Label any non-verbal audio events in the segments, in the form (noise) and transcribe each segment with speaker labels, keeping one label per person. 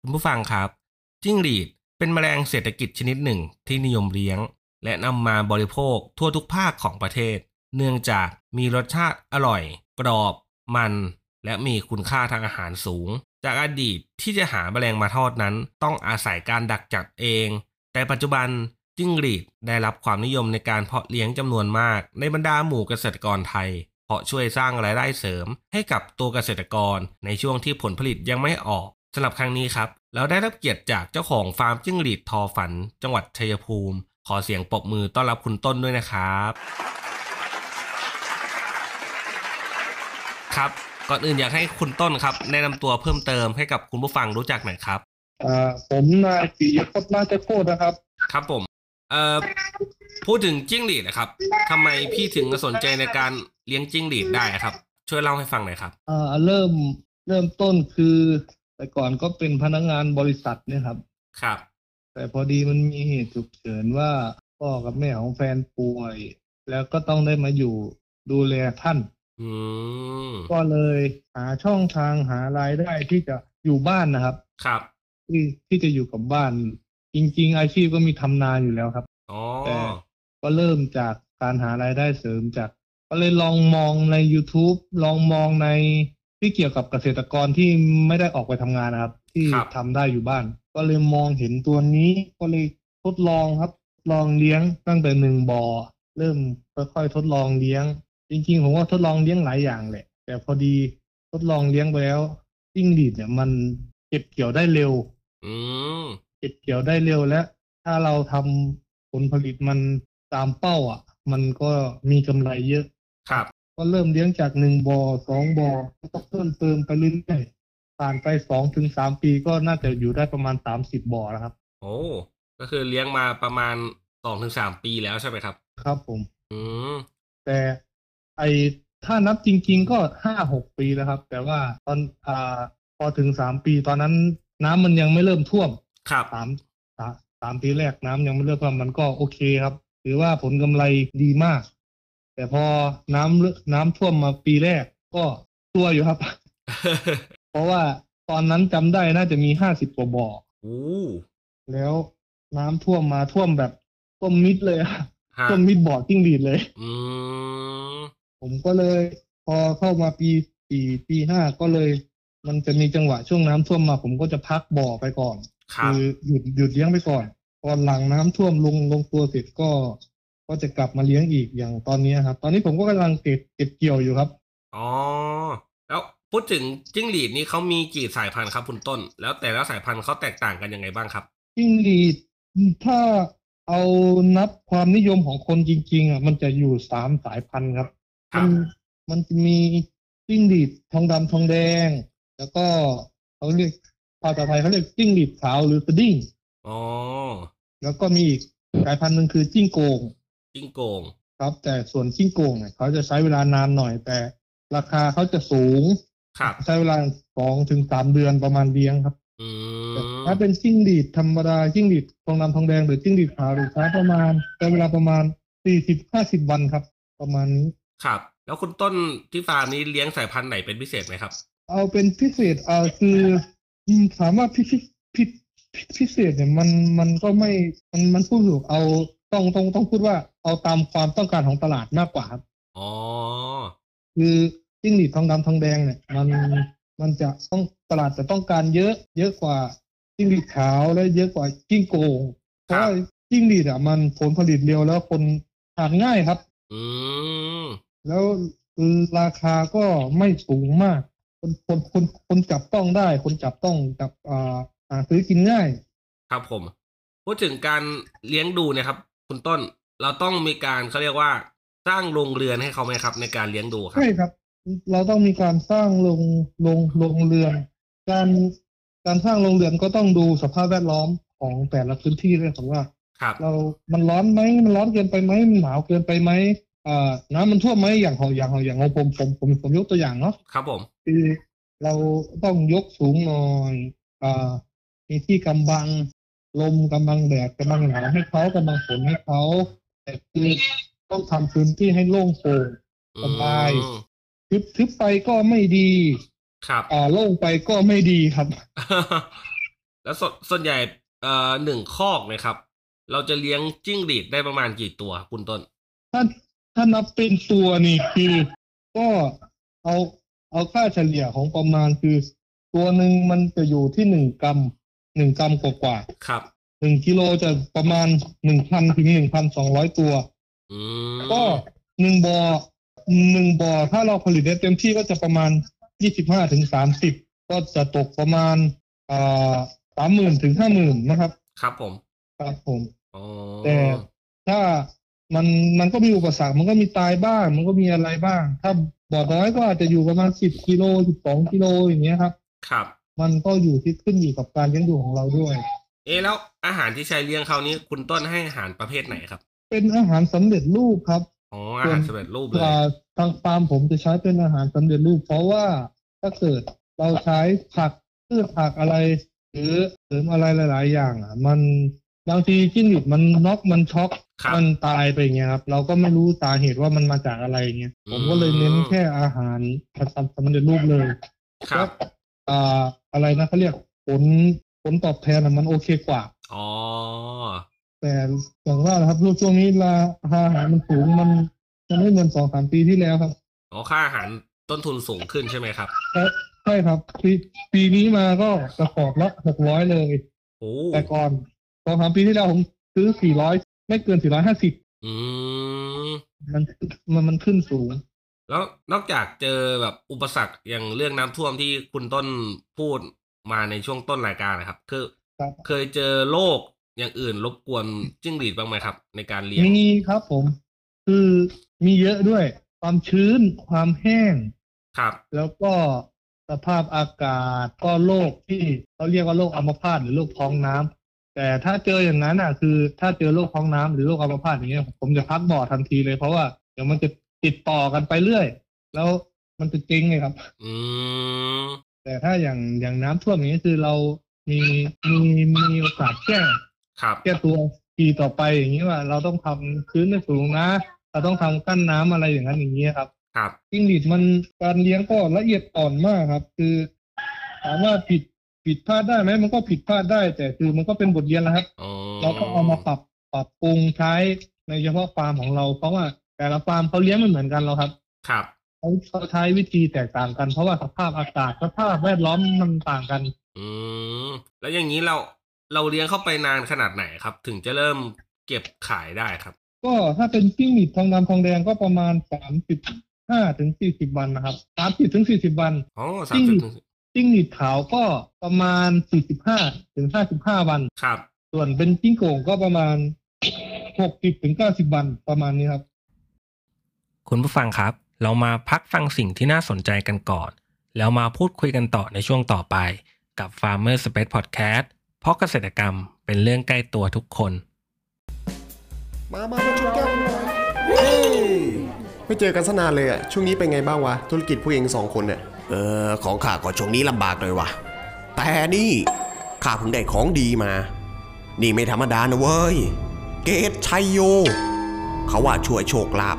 Speaker 1: คุณผู้ฟังครับ จิ้งหรีดเป็นแมลงเศรษฐกิจชนิดหนึ่งที่นิยมเลี้ยง และนำมาบริโภคทั่วทุกภาคของประเทศ เนื่องจากมีรสชาติอร่อย กรอบ มัน และมีคุณค่าทางอาหารสูง จากอดีตที่จะหาแมลงมาทอดนั้น ต้องอาศัยการดักจับเอง แต่ปัจจุบันจิ้งหรีดได้รับความนิยมในการเพาะเลี้ยงจำนวนมาก ในบรรดาหมู่เกษตรกรไทย เพราะช่วยสร้างรายได้เสริม ให้กับตัวเกษตรกรในช่วงที่ผลผลิตยังไม่ออกสำหรับครั้งนี้ครับ เราได้รับเกียรติจากเจ้าของฟาร์มจิ้งหรีดทอฝัน จังหวัดชัยภูมิ ขอเสียงปรบมือต้อนรับคุณต้นด้วยนะครับ ครับก่อนอื่นอยากให้คุณต้นครับ แนะนำตัวเพิ่มเติมให้กับคุณผู้ฟังรู้จักหน่อยครับ
Speaker 2: อ่าผมนายปิยพจน์นาจะโคตรนะครับ
Speaker 1: ครับผม เอ่อพูดถึงจิ้งหรีดนะครับทำไมพี่ถึงสนใจในการเลี้ยงจิ้งหรีดได้ครับ ช่วยเล่าให้ฟังหน่อยครับ
Speaker 2: อ่าเริ่มเริ่มต้นคือ แต่ก่อนก็เป็นพนักงานบริษัทเนี่ยครับ
Speaker 1: ครับ
Speaker 2: แต่พอดีมันมีเหตุฉุกเฉินว่าพ่อกับแม่ของแฟนป่วย แล้วก็ต้องได้มาอยู่ดูแลท่าน
Speaker 1: อืม
Speaker 2: ก็เลยหาช่องทางหารายได้ที่จะอยู่บ้านนะครับ
Speaker 1: ครับ
Speaker 2: ที่ที่จะอยู่กับบ้าน จริง ๆ อาชีพก็มีทำนาอยู่แล้วครับ
Speaker 1: อ๋อ
Speaker 2: แต่ ก็เริ่มจากการหารายได้เสริมจาก ก็เลยลองมองใน YouTube ลองมองในที่เกี่ยวกับเกษตรกรที่ไม่ได้ออกไปทำงานนะครับ ที่ทำได้อยู่บ้าน ก็เลยมองเห็นตัวนี้ก็เลยทดลองครับ ลองเลี้ยงตั้งแต่หนึ่งบอ่อเริ่มค่อยๆทดลองเลี้ยง จริงๆผมว่าทดลองเลี้ยงหลายอย่างแหละ แต่พอดีทดลองเลี้ยงไปแล้วจิ้งหรีดเนี่ยมันเก็บเกี่ยวได้เร็ว
Speaker 1: อืม
Speaker 2: เก็บเกี่ยวได้เร็วและ ถ้าเราทำผลผลิตมันตามเป้าอ่ะ มันก็มีกำไรเยอะ
Speaker 1: ครับ
Speaker 2: ก็เริ่มเลี้ยงจากหนึ่งบอ่อสองบอ่อแล้วก็เพิ่มเติมไปเรื่อยๆผ่านไปสองถึงสามปีก็น่าจะอยู่ได้ประมาณสามสิบบ่อแล้วครับ
Speaker 1: โอ้ ก็คือเลี้ยงมาประมาณสองถึงสามปีแล้วใช่ไหมครับ
Speaker 2: ครับผม
Speaker 1: อืม
Speaker 2: แต่ไอถ้านับจริง ๆ ก็ห้าหกปีแล้วครับ แต่ว่าตอนอ่าพอถึงสามปีตอนนั้นน้ำมันยังไม่เริ่มท่วม
Speaker 1: ครับ (laughs)
Speaker 2: สามสาสามปีแรกน้ำยังไม่เลือกว่ามันก็โอเคครับถือว่าผลกำไรดีมาก แต่พอน้ำเลิกน้ำท่วมมาปีแรกก็ตัวอยู่ครับ (laughs) เพราะว่าตอนนั้นจำได้น่าจะมีห้าสิบกว่าบ่อ
Speaker 1: โอ้
Speaker 2: แล้วน้ำท่วมมาท่วมแบบท่วมมิดเลยอะ
Speaker 1: ฮะ
Speaker 2: ท่วมมิดบ่อจิ้งหรีดเลย
Speaker 1: อืม
Speaker 2: ผมก็เลย พอเข้ามาปีสี่ปีห้าก็เลย มันจะมีจังหวะช่วงน้ำท่วมมา ผมก็จะพักบ่อไปก่อน
Speaker 1: ครับ
Speaker 2: คือหยุดหยุดเลี้ยงไปก่อน ตอนหลังน้ำท่วมลงลงตัวเสร็จก็ ก็จะกลับมาเลี้ยงอีกอย่างตอนนี้ครับ ตอนนี้ผมก็กำลังเก็บเก็บเกี่ยวอยู่ครับ
Speaker 1: อ๋อ แล้วพูดถึงจิ้งหรีดนี่เขามีกี่สายพันธุ์ครับคุณต้น แล้วแต่ละสายพันธุ์เขาแตกต่างกันยังไงบ้างครับ
Speaker 2: จิ้งหรีดถ้าเอานับความนิยมของคนจริง ๆอ่ะมันจะอยู่สามสายพันธุ์ครับ
Speaker 1: ค
Speaker 2: มั
Speaker 1: รับ
Speaker 2: นมันจะมีจิ้งหรีดทองดำทองแดง แล้วก็เขาเรียกภาษาไทยเขาเรียกจิ้งหรีดขาวหรือสดิ้ง
Speaker 1: อ๋อ
Speaker 2: แล้วก็มีอีกสายพันธุ์หนึ่งคือจิ้งโกง
Speaker 1: จิ้งโกง
Speaker 2: ครับแต่ส่วนจิ้งโกงเนี่ยเขาจะใช้เวลานานหน่อย แต่ราคาเขาจะสูง
Speaker 1: ครับ
Speaker 2: ใช้เวลาสองถึงสามเดือนประมาณเลี้ยงครับ
Speaker 1: อื
Speaker 2: แต่
Speaker 1: ม
Speaker 2: ถ้าเป็นจิ้งหรีดธรรมดาจิ้งหรีดทองดำทองแดงหรือจิ้งหรีดขาวหรือช้าประมาณใช้เวลาประมาณสี่สิบห้าสิบวันครับ ประมาณนี้
Speaker 1: ครับ แล้วคุณต้นที่ฟาร์มนี้เลี้ยงสายพันธุ์ไหนเป็นพิเศษไหมครับ
Speaker 2: เอาเป็นพิเศษเอาคืออืมถามว่าพิพิพิพิพิเศษเนี่ยมันมันก็ไม่มันมันพูดถูกเอาต้องต้องต้องพูดว่าเอาตามความต้องการของตลาดมากกว่าครับ
Speaker 1: อ๋อ
Speaker 2: คือจิ้งหรีดทองดำทองแดงเนี่ยมันมันจะต้องตลาดจะต้องการเยอะ เยอะกว่าจิ้งหรีดขาวและเยอะกว่าจิ้งโกงเพ
Speaker 1: ครับ
Speaker 2: ราะว่าจิ้งหรีดอ่ะมันผลผลิตเร็วแล้วคนหาง่ายครับ
Speaker 1: อืม
Speaker 2: แล้วราคาก็ไม่สูงมาก คนคนคนคนจับต้องได้ คนจับต้องจับอ่า หาซื้อกินง่าย
Speaker 1: ครับผมพูดถึงการเลี้ยงดูเนะครับ คุณต้นเราต้องมีการเขาเรียกว่าสร้างโรงเรือนให้เขาไหมครับ ในการเลี้ยงดูครับ
Speaker 2: ใช่ครับ เราต้องมีการสร้างโรงโรงโรงเรือน การการสร้างโรงเรือนก็ต้องดูสภาพแวดล้อมของแต่ละพื้นที่ด้วยครับว่า
Speaker 1: ครับ
Speaker 2: เรา มันร้อนไหม มันร้อนเกินไปไหม มันหนาวเกินไปไหมเอ่อน้ำมันท่วมไหม อย่างของอย่างของอย่างของผมผมผมผมยกตัวอย่างเนาะ
Speaker 1: ครับผม
Speaker 2: คือเราต้องยกสูงหน่อยเอ่อมีที่กำบัง ลมกำบังแดดกำบังหนาวให้เขากำบังฝนให้เขา แต่คือต้องทำพื้นที่ให้โล่งโปร่ง สบาย
Speaker 1: อืม
Speaker 2: ทึบทึบไปก็ไม่ดี
Speaker 1: ครับ
Speaker 2: อ่าโล่งไปก็ไม่ดีครับ
Speaker 1: (laughs) แล้วส่วนส่วนใหญ่เอ่อหนึ่งคอกเนะครับ เราจะเลี้ยงจิ้งหรีดได้ประมาณกี่ตัวครับคุณต้น
Speaker 2: ถ้าถ้านับเป็นตัวนี่คือก็เอาเอาค่าเฉลี่ยของประมาณคือ ตัวหนึ่งมันจะอยู่ที่หนึ่งกรัมหนึ่งกรัมกว่า
Speaker 1: ครับ
Speaker 2: ๆหนึ่งกิโลจะประมาณหนึ่งพันถึงหนึ่งพันสองร้อยตัว
Speaker 1: อืม
Speaker 2: ก็หนึ่งบอ่อหนึ่งบอ่อถ้าเราผลิตได้เต็มที่ก็จะประมาณยี่สิบห้าถึงสามสิบก็จะตกประมาณอ่าสามหมื่นถึงห้าหมื่นนะครับ
Speaker 1: ครับผม
Speaker 2: ครับผม
Speaker 1: อ๋อ
Speaker 2: แต่ ถ้ามันมันก็มีอุปสรรค มันก็มีตายบ้าง มันก็มีอะไรบ้าง ถ้าบ่อน้อยก็อาจจะอยู่ประมาณสิบกิโลสิบสองกิโลอย่างเงี้ยครับ
Speaker 1: ครับ
Speaker 2: มันก็อยู่ที่ขึ้นอยู่กับการเลี้ยงดูของเราด้วย
Speaker 1: เอะแล้วอาหารที่ใช้เลี้ยงเขานี้คุณต้นให้อาหารประเภทไหนครับ
Speaker 2: เป็นอาหารสำเร็จรูปครับ
Speaker 1: อ๋ออาหารสำเร็จรูปเลย
Speaker 2: อ่าทางฟาร์มผมจะใช้เป็นอาหารสำเร็จรูป เพราะว่าถ้าเกิดเราใช้ผักพืชผักอะไร หรือเสริมอะไรหลาย ๆ อย่างอ่ะ มันบางทีจิ้งหรีดมันน็อกมันช็อก
Speaker 1: ครับ
Speaker 2: มันตายไปอย่างเงี้ยครับ เราก็ไม่รู้สาเหตุว่ามันมาจากอะไรอย่างเงี้ยผมก็เลยเน้น
Speaker 1: อืม
Speaker 2: แค่อาหารทำสำเร็จรูปเลย
Speaker 1: ครั
Speaker 2: แล้
Speaker 1: บ
Speaker 2: วอ่าอะไรนะเขาเรียกผลผลตอบแทนอะมันโอเคกว่า
Speaker 1: อ๋อ
Speaker 2: แต่อย่างว่านะครับรูปช่วงนี้ราคาอาหารมันสูงมันมันไม่เหมือนสองสามปีที่แล้วครับ
Speaker 1: อ๋อค่าอาหารต้นทุนสูงขึ้นใช่ไหมครับ
Speaker 2: ครับใช่ครับปีปีนี้มาก็กระสอบละหกร้อยเลย
Speaker 1: โอ้
Speaker 2: แต่ก่อนสองสามปีที่แล้วผมซื้อสี่ร้อยไม่เกินสี่ร้อยห้าสิบ
Speaker 1: อืม
Speaker 2: มันมันมันขึ้นสูง
Speaker 1: แล้วนอกจากเจอแบบอุปสรรคอย่างเรื่องน้ำท่วมที่คุณต้นพูดมาในช่วงต้นรายการนะครับ คือ
Speaker 2: ครับ
Speaker 1: เคยเจอโรคอย่างอื่นรบกวนจิ้งหรีดบ้างไหมครับ ในการเลี้ยง
Speaker 2: มีครับผม คือมีเยอะด้วย ความชื้นความแห้ง
Speaker 1: ครับ
Speaker 2: แล้วก็สภาพอากาศก็โรคที่เขาเรียกว่าโรคอัมพาตหรือโรคท้องน้ำแต่ถ้าเจออย่างนั้นอ่ะ คือถ้าเจอโรคท้องน้ำหรือโรคอัมพาตอย่างเงี้ยผมจะพักบ่อทันทีเลยเพราะว่าเดี๋ยวมันจะติดต่อกันไปเรื่อย แล้วมันจะเจริงเลยครับ
Speaker 1: อืม
Speaker 2: แต่ถ้าอย่างอย่างน้ำท่วมอย่างนี้ยคือเรามีมีมีโอกาสแก้
Speaker 1: ครับ
Speaker 2: แก้ตัวปีต่อไปอย่างนี้ว่า เราต้องทำพื้นให้สูงนะ เราต้องทำกั้นน้ำอะไรอย่างนั้นอย่างนี้ยครับ
Speaker 1: ครับ
Speaker 2: จิ้งหรีดมันการเลี้ยงก็ละเอียดอ่อนมากครับ คือถามว่าผิดผิดพลาดได้ไหมมันก็ผิดพลาดได้ แต่คือมันก็เป็นบทเรียนแล้วครับ
Speaker 1: อ๋อ
Speaker 2: เราก็เอามาปรับปรับปรุงใช้ในเฉพาะฟาร์มของเราเพราะว่าแต่ละฟาร์มเขาเลี้ยงไม่เหมือนกันหรอกครับ
Speaker 1: ครับ
Speaker 2: เขาเขาใช้วิธีแตกต่างกันเพราะว่าสภาพอากาศสภาพแวดล้อมมันต่างกัน
Speaker 1: อืม แล้วอย่างนี้เราเราเลี้ยงเข้าไปนานขนาดไหนครับ ถึงจะเริ่มเก็บขายได้ครับ
Speaker 2: ก็ถ้าเป็นจิ้งหรีดทองดำทองแดงก็ประมาณสามสิบห้าถึงสี่สิบวันนะครับสามสิบถึงสี่สิบวัน
Speaker 1: อ๋อ
Speaker 2: จ
Speaker 1: สา
Speaker 2: ริ
Speaker 1: ม
Speaker 2: ง
Speaker 1: สิบ
Speaker 2: จิ้งหรีดขาวก็ประมาณสี่สิบห้าถึงห้าสิบห้าวัน
Speaker 1: ครับ
Speaker 2: ส่วนเป็นจิ้งโก่งก็ประมาณหกสิบถึงเก้าสิบวันประมาณนี้ครับ
Speaker 1: คุณผู้ฟังครับ เรามาพักฟังสิ่งที่น่าสนใจกันก่อน แล้วมาพูดคุยกันต่อในช่วงต่อไป กับ Farmer Space Podcast เพราะเกษตรกรรมเป็นเรื่องใกล้ตัวทุกคน
Speaker 3: มา มา มาชนแก้วหน่อยเฮ้ยไม่เจอกันสนานเลยอะช่วงนี้เป็นไงบ้างวะ ธุรกิจผู้เองสองคนเนี่ย
Speaker 4: เออ ของข้าก็ช่วงนี้ลำบากเลยว่ะ แต่นี่ข้าเพิ่งได้ของดีมา นี่ไม่ธรรมดานะเว้ย เกตชัยโย เขาว่าช่วยโชคลาภ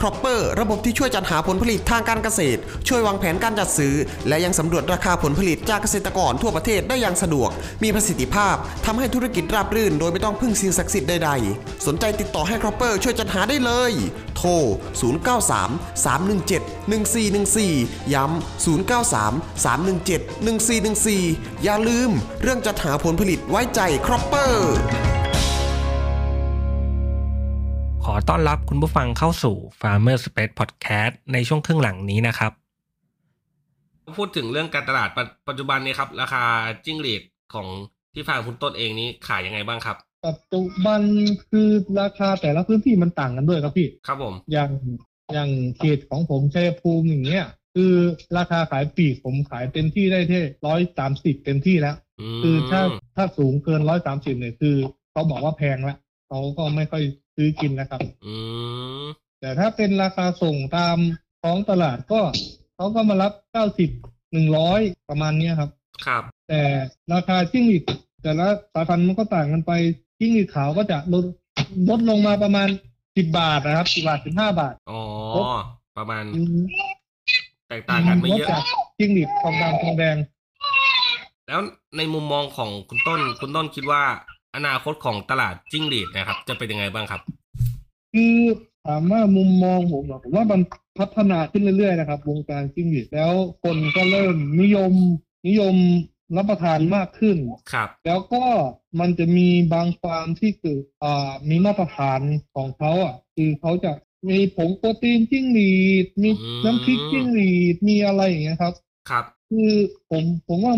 Speaker 4: ครอปเปอร์ระบบที่ช่วยจัดหาผลผลิตทางการเกษตร ช่วยวางแผนการจัดซื้อ และยังสำรวจราคาผลผลิตจากเกษตรกรทั่วประเทศได้อย่างสะดวก มีประสิทธิภาพทำให้ธุรกิจราบรื่น โดยไม่ต้องพึ่งสิ่งศักดิ์สิทธิ์ใดๆ สนใจติดต่อให้ครอปเปอร์ช่วยจัดหาได้เลย โทร 093 317 1414 ย้ำ 093 317 1414 อย่าลืม เรื่องจัดหาผลผลิตไว้ใจครอปเปอร์
Speaker 1: ขอต้อนรับคุณผู้ฟังเข้าสู่ Farmer Space Podcast ในช่วงครึ่งหลังนี้นะครับ พูดถึงเรื่องการตลาดปัจปัจจุบันนี้ครับ ราคาจิ้งหรีดของที่ฟาร์มคุณต้นเองนี้ขายยังไงบ้างครับ
Speaker 2: ปัจจุบันคือราคาแต่ละพื้นที่มันต่างกันด้วยครับพี่
Speaker 1: ครับผม
Speaker 2: อย่างอย่างเขตของผมชัยภูมิอย่างเงี้ย คือราคาขายปลีกผมขายเต็มที่ได้ที่ร้อยสามสิบเต็มที่แล้ว
Speaker 1: อืม
Speaker 2: คือถ้าถ้าสูงเกินร้อยสามสิบเนี่ยคือเขาบอกว่าแพงละเขาก็ไม่ค่อยซื้อกินนะครับ
Speaker 1: อืม
Speaker 2: แต่ถ้าเป็นราคาส่งตามท้องตลาดก็เขาก็มารับเก้าสิบหนึ่งร้อยประมาณเนี้ยครับ
Speaker 1: ครับ
Speaker 2: แต่ราคาจิ้งหรีดแต่ละสายพันธุ์มันก็ต่างกันไปจิ้งหรีดขาวก็จะลดลดลงมาประมาณสิบบาทนะครับสิบาทสิบห้าบาท
Speaker 1: อ๋อ
Speaker 2: ครับ
Speaker 1: ประมาณแตกต่างกันไม่เยอะ
Speaker 2: ลดจากจิ้งหรีดทองดำทองแดง
Speaker 1: แล้วในมุมมองของคุณต้น คุณต้นคิดว่าอนาคตของตลาดจิ้งหรีดนะครับ จะเป็นยังไงบ้างครับ
Speaker 2: คือถามว่ามุมมองผมเหรอผมว่ามันพัฒนาขึ้นเรื่อยๆนะครับ วงการจิ้งหรีดแล้วคนก็เริ่มนิยมนิยมรับประทานมากขึ้น
Speaker 1: ครับ
Speaker 2: แล้วก็มันจะมีบางฟาร์มที่คืออ่ามีมาตรฐานของเขาอ่ะคือเขาจะมีผงโปรตีนจิ้งหรีดมี
Speaker 1: อืม
Speaker 2: น้ำพริกจิ้งหรีดมีอะไรอย่างเงี้ยครับ
Speaker 1: ครับ
Speaker 2: คือผมผมว่า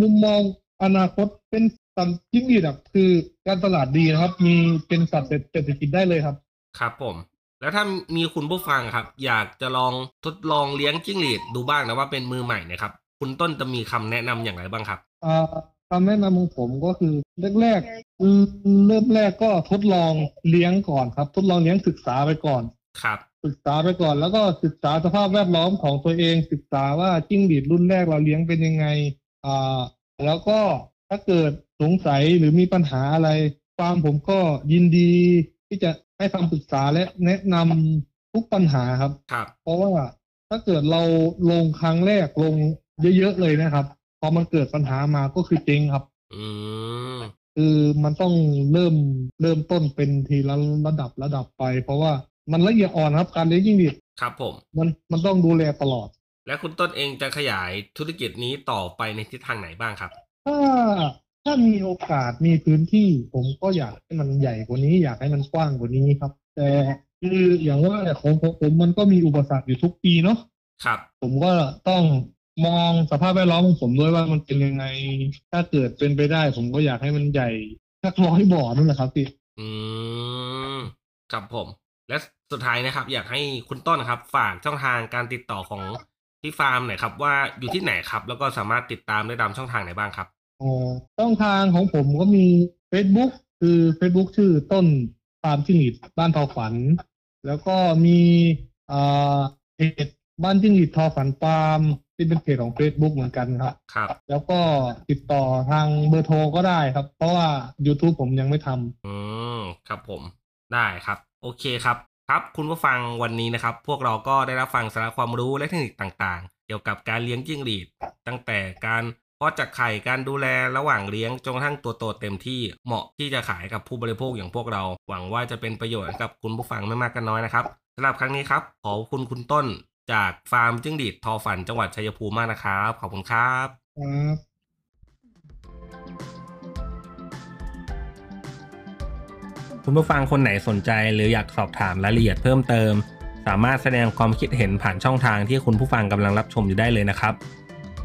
Speaker 2: มุมมองอนาคตเป็นสัตว์จิ้งหรีดอะคือการตลาดดีนะครับ มีเป็นสัตว์เศรษฐกิจได้เลยครับ
Speaker 1: ครับผม แล้วถ้ามีคุณผู้ฟังครับ อยากจะลองทดลองเลี้ยงจิ้งหรีดดูบ้างนะว่าเป็นมือใหม่เนะครับ คุณต้นจะมีคำแนะนำอย่างไรบ้างครับ
Speaker 2: อ่าคำแนะนำของผมก็คือแรกๆอืมเริ่มแรกก็ทดลองเลี้ยงก่อนครับ ทดลองเลี้ยงศึกษาไปก่อน
Speaker 1: ครับ
Speaker 2: ศึกษาไปก่อน แล้วก็ศึกษาสภาพแวดล้อมของตัวเอง ศึกษาว่าจิ้งหรีดรุ่นแรกเราเลี้ยงเป็นยังไงอ่าแล้วก็ถ้าเกิดสงสัยหรือมีปัญหาอะไรฟาร์มผมก็ยินดี ที่จะให้คำปรึกษาและแนะนำทุกปัญหาครับ
Speaker 1: ครับ
Speaker 2: เพราะว่าถ้าเกิดเราลงครั้งแรกลงเยอะๆเลยนะครับพอมันเกิดปัญหามาก็คือเจริงครับ
Speaker 1: อืม
Speaker 2: คือมันต้องเริ่มเริ่มต้นเป็นทีละระดับระดับไป เพราะว่ามันละเอียดอ่อนครับการเลี้ยงยิ่งดีด
Speaker 1: ครับผม
Speaker 2: มันมันต้องดูแลตลอด
Speaker 1: และคุณต้นเองจะขยายธุรกิจนี้ต่อไปในทิศทางไหนบ้างครับ
Speaker 2: ถ้าถ้ามีโอกาสมีพื้นที่ ผมก็อยากให้มันใหญ่กว่านี้ อยากให้มันกว้างกว่านี้ครับ แต่คืออย่างว่าแหละของผมผมมันก็มีอุปสรรคอยู่ทุกปีเนาะ
Speaker 1: ครับ
Speaker 2: ผมก็ต้องมองสภาพแวดล้อมของผมด้วยว่ามันเป็นยังไง ถ้าเกิดเป็นไปได้ ผมก็อยากให้มันใหญ่สักร้อยบ่อนั่นแหละครับพี่
Speaker 1: อืมครับผม และสุดท้ายนะครับ อยากให้คุณต้นนะครับ ฝากช่องทางการติดต่อของที่ฟาร์มหน่อยครับ ว่าอยู่ที่ไหนครับ แล้วก็สามารถติดตามได้ตามช่องทางไหนบ้างครับ
Speaker 2: อ๋อช่องทางของผมก็มี Facebook คือ Facebook ชื่อต้นฟาร์มจิ้งหรีดบ้านทอฝัน แล้วก็มีอ่าเพจบ้านจิ้งหรีดทอฝันฟาร์มที่เป็นเพจของ Facebook เหมือนกันครับ
Speaker 1: ครับ
Speaker 2: แล้วก็ติดต่อทางเบอร์โทรก็ได้ครับ เพราะว่า YouTube ผมยังไม่ทำ
Speaker 1: อืมครับผมได้ครับ โอเคครับ ครับ คุณผู้ฟังวันนี้นะครับ พวกเราก็ได้รับฟังสาระความรู้และเทคนิคต่างๆ เกี่ยวกับการเลี้ยงจิ้งหรีด ตั้งแต่การเพาะจากไข่การดูแลระหว่างเลี้ยงจนกระทั่งตัวโตเต็มที่เหมาะที่จะขายกับผู้บริโภคอย่างพวกเรา หวังว่าจะเป็นประโยชน์กับคุณผู้ฟังไม่มากก็น้อยนะครับสำหรับครั้งนี้ครับ ขอบคุณคุณต้นจากฟาร์มจิ้งหรีดทอฝันจังหวัดชัยภูมิมากนะครับขอบคุณครับ คุณผู้ฟังคนไหนสนใจหรืออยากสอบถามรายละเอียดเพิ่มเติม สามารถแสดงความคิดเห็นผ่านช่องทางที่คุณผู้ฟังกำลังรับชมอยู่ได้เลยนะครับ ห